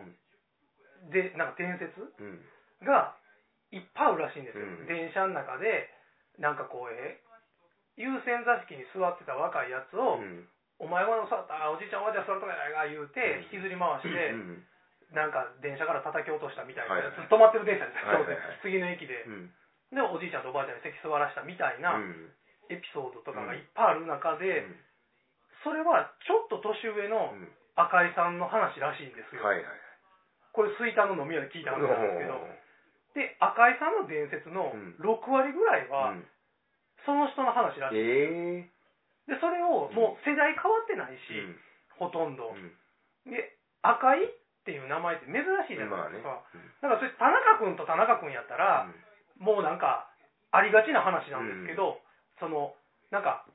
Speaker 2: で、なんか伝説
Speaker 1: うんうん
Speaker 2: がいっぱいあるらしいんですよ、
Speaker 1: うん
Speaker 2: 電車の中でなんかこうえー優先座席に座ってた若いやつを「
Speaker 1: うん
Speaker 2: お前は座ったあおじいちゃんおばあちゃん座るとかやないか」言う
Speaker 1: う
Speaker 2: て
Speaker 1: ん
Speaker 2: 引きずり回して、
Speaker 1: うん
Speaker 2: なんか電車から叩き落としたみたいな、
Speaker 1: はいはい
Speaker 2: 止まってる電車です、
Speaker 1: はいはいはい
Speaker 2: 当然次の駅で
Speaker 1: う、ん
Speaker 2: でおじいちゃんとおばあちゃんに席座らしたみたいな
Speaker 1: うん
Speaker 2: エピソードとかがいっぱいある中で、
Speaker 1: うん
Speaker 2: それはちょっと年上の
Speaker 1: うん
Speaker 2: 赤井さんの話らしいんですよ、
Speaker 1: はいはい
Speaker 2: これ吹田の飲み屋で聞いた話なんですけど、で赤井さんの伝説の
Speaker 1: うん
Speaker 2: 6割ぐらいは、
Speaker 1: うん
Speaker 2: その人の話らしい。
Speaker 1: ええ
Speaker 2: で、それをもう世代変わってないし、
Speaker 1: うん
Speaker 2: ほとんど
Speaker 1: う。ん
Speaker 2: で、赤井っていう名前って珍しいじゃ
Speaker 1: ま
Speaker 2: な
Speaker 1: あ
Speaker 2: いで
Speaker 1: ね
Speaker 2: すか。だからそれ田中君と田中君やったら、
Speaker 1: うん
Speaker 2: もうなんか、ありがちな話なんですけど、その、なんか、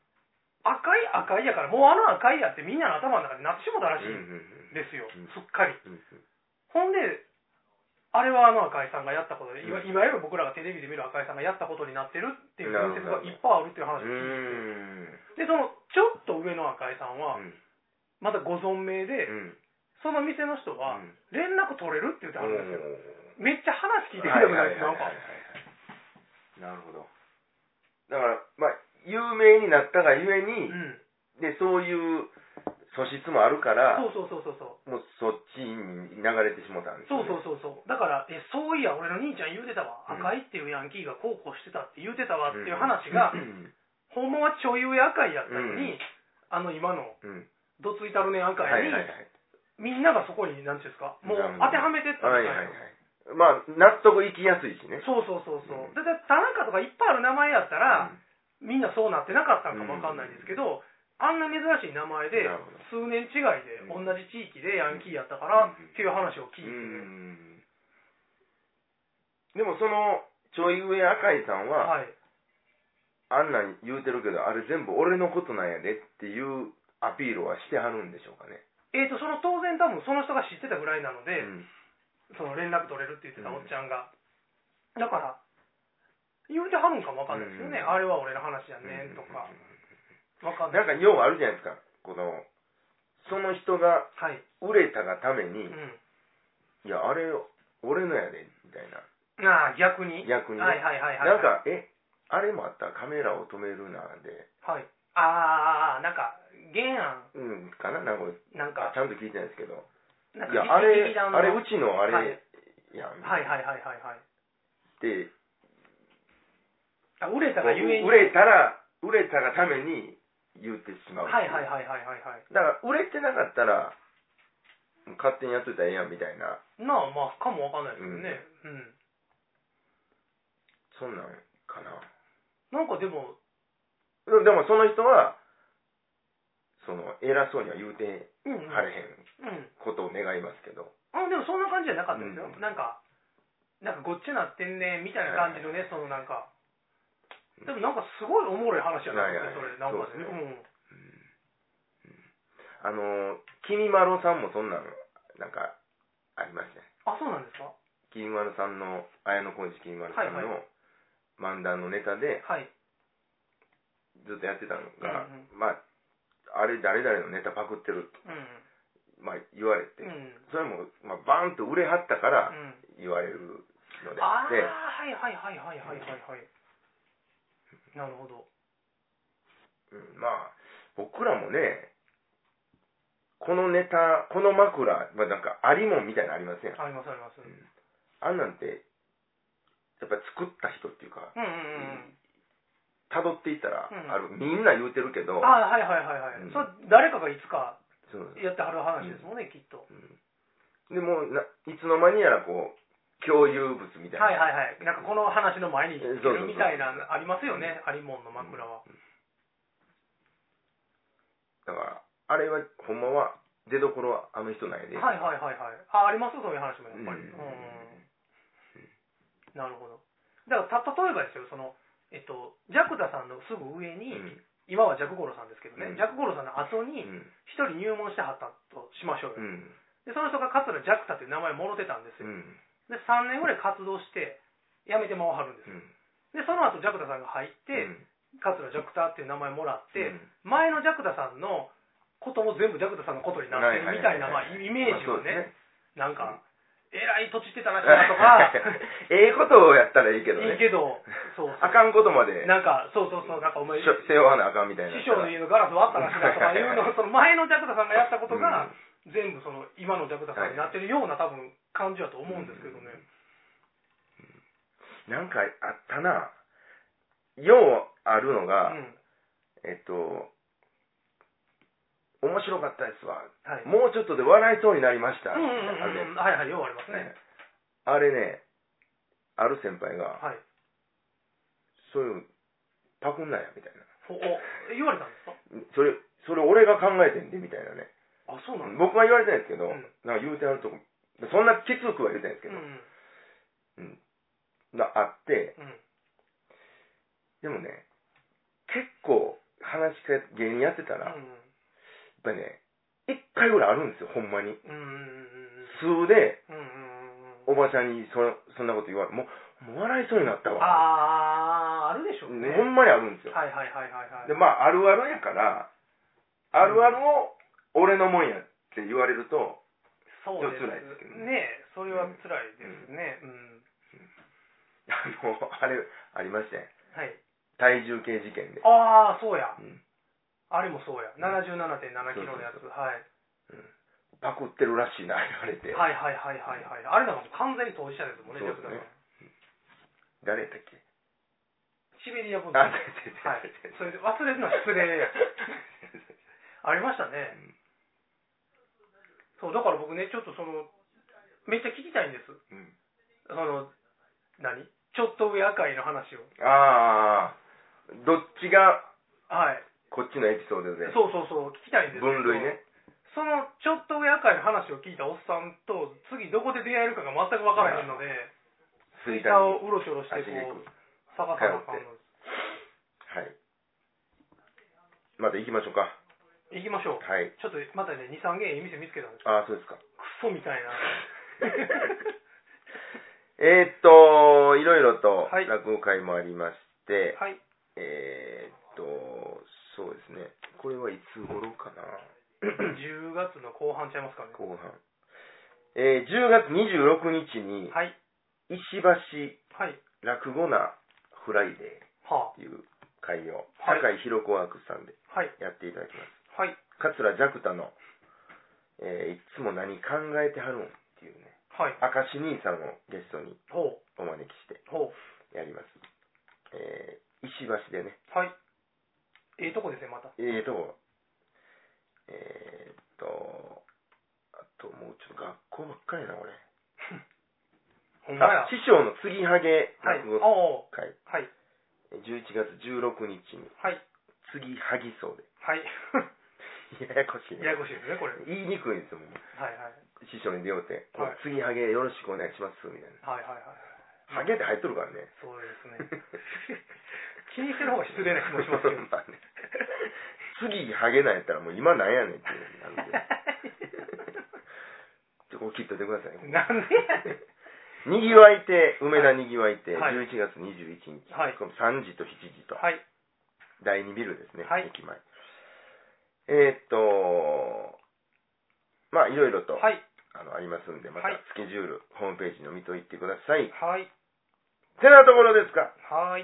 Speaker 2: 赤い赤いやから、もうあの赤いやってみんなの頭の中でなってしもたらしい
Speaker 1: うんうんん
Speaker 2: ですよ、
Speaker 1: うん
Speaker 2: すっかり。
Speaker 1: うんうん
Speaker 2: ほんで、あれはあの赤井さんがやったことで、いわ
Speaker 1: うん
Speaker 2: いわゆる僕らがテレビで見る赤井さんがやったことになってるっていう伝説がいっぱいあるっていう話を聞いてて。で、その、ちょっと上の赤井さんは、まだご存命で、その店の人は、連絡取れるって言ってはるんですよ。めっちゃ話聞いてくれたくないです、なんか。
Speaker 1: なるほどだからまあ有名になったがゆえ
Speaker 2: う
Speaker 1: に、
Speaker 2: ん。
Speaker 1: でそういう素質もあるから
Speaker 2: そうそうそうそうそう。
Speaker 1: もうそっちに流れてしもたんです
Speaker 2: そう
Speaker 1: ね、
Speaker 2: そう
Speaker 1: う
Speaker 2: そうそう。だから、え、そういや、俺の兄ちゃん言うてたわ。
Speaker 1: うん
Speaker 2: 赤いっていうヤンキーがこうこうしてたって言うてたわっていう話が、ほんまはちょい上赤いやったのに、
Speaker 1: うん
Speaker 2: あの今の、
Speaker 1: うん、うん
Speaker 2: どついたるね赤
Speaker 1: はいい
Speaker 2: に、
Speaker 1: はいはい
Speaker 2: みんながそこに、なんていうんですか、もう当てはめてった
Speaker 1: は
Speaker 2: み
Speaker 1: い
Speaker 2: た
Speaker 1: はいい
Speaker 2: な。
Speaker 1: はいまあ納得いきやすいしね
Speaker 2: そうそうそうそうう。
Speaker 1: ん
Speaker 2: だって田中とかいっぱいある名前やったら、みんなそうなってなかったんかもわかんないですけど、あんな珍しい名前で
Speaker 1: なるほ
Speaker 2: 数
Speaker 1: ど
Speaker 2: 年違いで同
Speaker 1: うん
Speaker 2: じ地域でヤンキーやったから
Speaker 1: う
Speaker 2: っ
Speaker 1: ん
Speaker 2: ていう話を聞い
Speaker 1: う
Speaker 2: て、
Speaker 1: んでもそのちょい上赤井さんは、
Speaker 2: はい、
Speaker 1: あんなん言うてるけどあれ全部俺のことなんやでっていうアピールはしてはるんでしょうかね、
Speaker 2: えー、とその当然多分その人が知ってたぐらいなので、
Speaker 1: うん
Speaker 2: その連絡取れるって言ってたおっちゃんが、だから言うてはるんかもわかんないですよね、
Speaker 1: うん
Speaker 2: あれは俺の話やねんとかわかんな
Speaker 1: ないんかようあるじゃないですかこのその人が
Speaker 2: はい、
Speaker 1: 売れたがため
Speaker 2: う
Speaker 1: に、
Speaker 2: ん、
Speaker 1: いやあれ俺のやでみたいな
Speaker 2: ああ逆に
Speaker 1: 逆にね、
Speaker 2: はいはいはいはい
Speaker 1: なんかえあれもあったカメラを止めるなんで
Speaker 2: はいああなんか原案
Speaker 1: うんかななんか
Speaker 2: なん
Speaker 1: あ
Speaker 2: か
Speaker 1: ちゃんと聞いてないですけど
Speaker 2: なんか
Speaker 1: いやあれ
Speaker 2: 劇団の
Speaker 1: あれうちのあれ
Speaker 2: はい
Speaker 1: やん、
Speaker 2: はいはいはいはいはい
Speaker 1: って
Speaker 2: あ売れた
Speaker 1: こ
Speaker 2: が
Speaker 1: う
Speaker 2: ゆえに
Speaker 1: 売れたら売れたがために言ってしまう
Speaker 2: はいはい
Speaker 1: い
Speaker 2: はいはいはいはい
Speaker 1: だから売れてなかったら勝手にやっといたらええやんみたいな
Speaker 2: なあまあかもわかんないですよねうん、
Speaker 1: そんなんかな
Speaker 2: なんかでも
Speaker 1: ででもその人はその偉そうには言うて
Speaker 2: うんうん、
Speaker 1: はれへん
Speaker 2: うん
Speaker 1: ことを願いますけど、
Speaker 2: あでもそんな感じじゃなかったですよ、
Speaker 1: うん
Speaker 2: なんかなんかごっちゃなってんねみたいな感じのね、そのなんかでもなんかすごいおもろい話じゃないですか、
Speaker 1: はいはい
Speaker 2: それなんかね
Speaker 1: そ
Speaker 2: う
Speaker 1: うです
Speaker 2: ん
Speaker 1: あの君まろさんもそんなのなんかありましたね
Speaker 2: あそうなんですか
Speaker 1: 君まろさんの綾小路君まろさん
Speaker 2: はいは
Speaker 1: の漫談のネタで
Speaker 2: はい
Speaker 1: ずっとやってたのが、
Speaker 2: うん
Speaker 1: まああれ誰々のネタパクってる、
Speaker 2: うん
Speaker 1: まあ、言われて、
Speaker 2: うん
Speaker 1: それも、まあ、バーンと売れはったから
Speaker 2: うん
Speaker 1: 言われるので
Speaker 2: ああ
Speaker 1: あっ
Speaker 2: ー
Speaker 1: て、
Speaker 2: はいはいはいはいはいはいはいなるほど
Speaker 1: うんまあ僕らもねこのネタこの枕、まあ、なんかありもんみたいなのありません
Speaker 2: ありますあります、
Speaker 1: あんなんてやっぱ作った人っていうか
Speaker 2: うんうんうんうん
Speaker 1: 辿っていったら
Speaker 2: うん
Speaker 1: ある、みんな言うてるけ
Speaker 2: あ
Speaker 1: ど
Speaker 2: はいはいはいはい、
Speaker 1: うん
Speaker 2: それ誰かがいつか
Speaker 1: そう
Speaker 2: やってはる話ですもんね、きっと
Speaker 1: うんでもうないつの間にやらこう共有物みたいな、
Speaker 2: はいはいはいなんかこの話の前にい
Speaker 1: えそうそう
Speaker 2: る
Speaker 1: そう
Speaker 2: みたいなありますよねありもんの枕は、
Speaker 1: だからあれはほんまは出どころはあの人なんやで、
Speaker 2: はいはいはいはいあありますそういう話もやっぱり
Speaker 1: うん
Speaker 2: うん、なるほどだからた例えばですよそのえっとジャクダさんのすぐ上
Speaker 1: う
Speaker 2: に、
Speaker 1: ん
Speaker 2: 今はジャクゴロさんですけどね、
Speaker 1: うん
Speaker 2: ジャクゴロさんの後に
Speaker 1: うん
Speaker 2: 一人入門してはったとしましょう
Speaker 1: う
Speaker 2: よ、
Speaker 1: ん
Speaker 2: でその人が桂ジャクタっていう名前もろてたんです
Speaker 1: う
Speaker 2: よ、
Speaker 1: ん
Speaker 2: で3年ぐらい活動して辞めて回はるんですよ
Speaker 1: うん
Speaker 2: でその後ジャクタさんが入って、
Speaker 1: うん
Speaker 2: 桂ジャクタっていう名前もらって、
Speaker 1: うん
Speaker 2: 前のジャクタさんのことも全部ジャクタさんのことになってるみたいなまあ
Speaker 1: はははは
Speaker 2: イメージを
Speaker 1: まあそうです
Speaker 2: ね,、なんか、えらいとちってたな人だと
Speaker 1: <laughs>
Speaker 2: か
Speaker 1: ええことをやったらいいけど
Speaker 2: い
Speaker 1: ね
Speaker 2: いけどそうそう
Speaker 1: あかんことまで
Speaker 2: なんかそうそうそうなんかお前
Speaker 1: しょ背負わなあかんみたいな
Speaker 2: 師匠の家のガラス割ったらしいなとかいう
Speaker 1: <laughs>
Speaker 2: のをその前のジャクタさんがやったことが、全部その今のジャクタさんになってるような多分感じだと思うんですけどね、
Speaker 1: うんなんかあったなようあるの
Speaker 2: うん
Speaker 1: が、えっと面白かったですわ
Speaker 2: はい、
Speaker 1: もうちょっとで笑いそうになりました、
Speaker 2: うんうん
Speaker 1: あれ
Speaker 2: うんうんはいはいようありますね、
Speaker 1: ねあれねある先輩が、
Speaker 2: はい
Speaker 1: そういうのパクんなやみたい
Speaker 2: おお言われたんですか
Speaker 1: なそれそれ俺が考えてんでみたいなね
Speaker 2: あそうなんだ
Speaker 1: 僕は言われてないですけど、
Speaker 2: うん
Speaker 1: なんか言うてあるとこそんなきつくは言うてないですけ
Speaker 2: う
Speaker 1: ど、
Speaker 2: ん
Speaker 1: があって
Speaker 2: うん
Speaker 1: でもね結構話し方芸人やってたら、やっ
Speaker 2: う
Speaker 1: ぱりね一回ぐらいあるんですよほんまに
Speaker 2: んうん
Speaker 1: 数で
Speaker 2: うんうんうんうんうんうん
Speaker 1: おばちゃんにそそんなこと言われもうもう笑いそうになったわ、
Speaker 2: あああるでしょうね
Speaker 1: ほんまにあるんですよ、
Speaker 2: はいはいはいはいはい
Speaker 1: でまああるあるやからあるあるを俺のもんやって言われると、
Speaker 2: そうです
Speaker 1: ちょっと辛いですけどね
Speaker 2: ねそれは辛いですねうん
Speaker 1: あのあれありましたよ
Speaker 2: はい
Speaker 1: 体重計事件で、
Speaker 2: ああそうや
Speaker 1: うん
Speaker 2: あれもそうや
Speaker 1: ん
Speaker 2: 77.7キロのや
Speaker 1: そ
Speaker 2: つ
Speaker 1: う
Speaker 2: はい
Speaker 1: パクってるらしいな言われて、
Speaker 2: はいはいはいはいはいあれなんかもう完全に当事者ですもんね
Speaker 1: そうですね
Speaker 2: ジャクダさん
Speaker 1: 誰だっけ
Speaker 2: シベリア文化
Speaker 1: あ
Speaker 2: は
Speaker 1: 誰
Speaker 2: い
Speaker 1: だっけ
Speaker 2: <laughs> それで忘れるのは失礼やありましたね、そうだから僕ねちょっとそのめっちゃ聞きたいんです
Speaker 1: うん
Speaker 2: その何ちょっと上赤いの話を
Speaker 1: <laughs> ああどっちが
Speaker 2: はい。
Speaker 1: こっちのエピソードで
Speaker 2: そうそうそう、聞きたいんですけど
Speaker 1: 分類ね。
Speaker 2: そのちょっと厄介な話を聞いたおっさんと、次どこで出会えるかが全く分からへんので、
Speaker 1: スイ
Speaker 2: 下
Speaker 1: タ
Speaker 2: を
Speaker 1: を
Speaker 2: うろちょろして
Speaker 1: 足に行
Speaker 2: こ
Speaker 1: く
Speaker 2: う、探さなあかんので
Speaker 1: はいまた行きましょうか
Speaker 2: 行きましょう。
Speaker 1: はい
Speaker 2: ちょっとまたね、2、3軒いい店見つけたんです
Speaker 1: ああそうですか
Speaker 2: クソみたいな。
Speaker 1: えーっといろいろと
Speaker 2: はい
Speaker 1: 落語会もありまして、
Speaker 2: はい。
Speaker 1: えーっとそうですねこれはいつ頃かな
Speaker 2: 10月の後半ちゃいますかね。
Speaker 1: 後半えー10月26日に
Speaker 2: はい。
Speaker 1: 石橋
Speaker 2: はい。
Speaker 1: 落語なフライデ
Speaker 2: は
Speaker 1: ーという会を
Speaker 2: はい
Speaker 1: 酒井宏子ワークスさんで
Speaker 2: あ。はい。
Speaker 1: やっていただきます
Speaker 2: はい。
Speaker 1: 桂ジャクタの、えーいつも何考えてはるんっていうね
Speaker 2: はい。
Speaker 1: 明石兄さんをゲストに
Speaker 2: ほ
Speaker 1: お招きして
Speaker 2: う。ほ
Speaker 1: やります、えー石橋でね
Speaker 2: う。はい。ええとこですね、また。
Speaker 1: えーとえー、っとあともうちょっと学校ばっかりやな俺
Speaker 2: ほんまや。
Speaker 1: あ
Speaker 2: はい。
Speaker 1: 師匠の継ぎはげ落
Speaker 2: おう
Speaker 1: 語会、
Speaker 2: はい。
Speaker 1: 11月16日に
Speaker 2: はい。
Speaker 1: 継ぎはぎそう
Speaker 2: はい。 <laughs>
Speaker 1: でややこしいね
Speaker 2: ややこしいですね、これ。はい
Speaker 1: 言いにくいんですよもう
Speaker 2: はい。
Speaker 1: 師匠に出会うて
Speaker 2: はい
Speaker 1: 「継ぎはげよろしくお願いします」みたいな
Speaker 2: はいはいはい。
Speaker 1: ハゲって入っとるからね。
Speaker 2: そうですね。 <laughs> 気にしてる方が失礼な気もしますけど
Speaker 1: まあね次ハゲなんやったらもう今なんやねんっていうのに <laughs> なるけどちょここ切っといてくださいね
Speaker 2: <laughs> なんでやねん。
Speaker 1: にぎわい亭梅田にぎわい亭、
Speaker 2: はい
Speaker 1: 11月21日、
Speaker 2: はい
Speaker 1: この3時と7時と、
Speaker 2: はい。
Speaker 1: 第2ビルですね、
Speaker 2: はい
Speaker 1: 駅前えー、っとまあいろいろと、
Speaker 2: はい。
Speaker 1: あのありますんでまた
Speaker 2: はい
Speaker 1: スケジュール、ホームページの見といてください
Speaker 2: はい。
Speaker 1: てなところですか
Speaker 2: はい。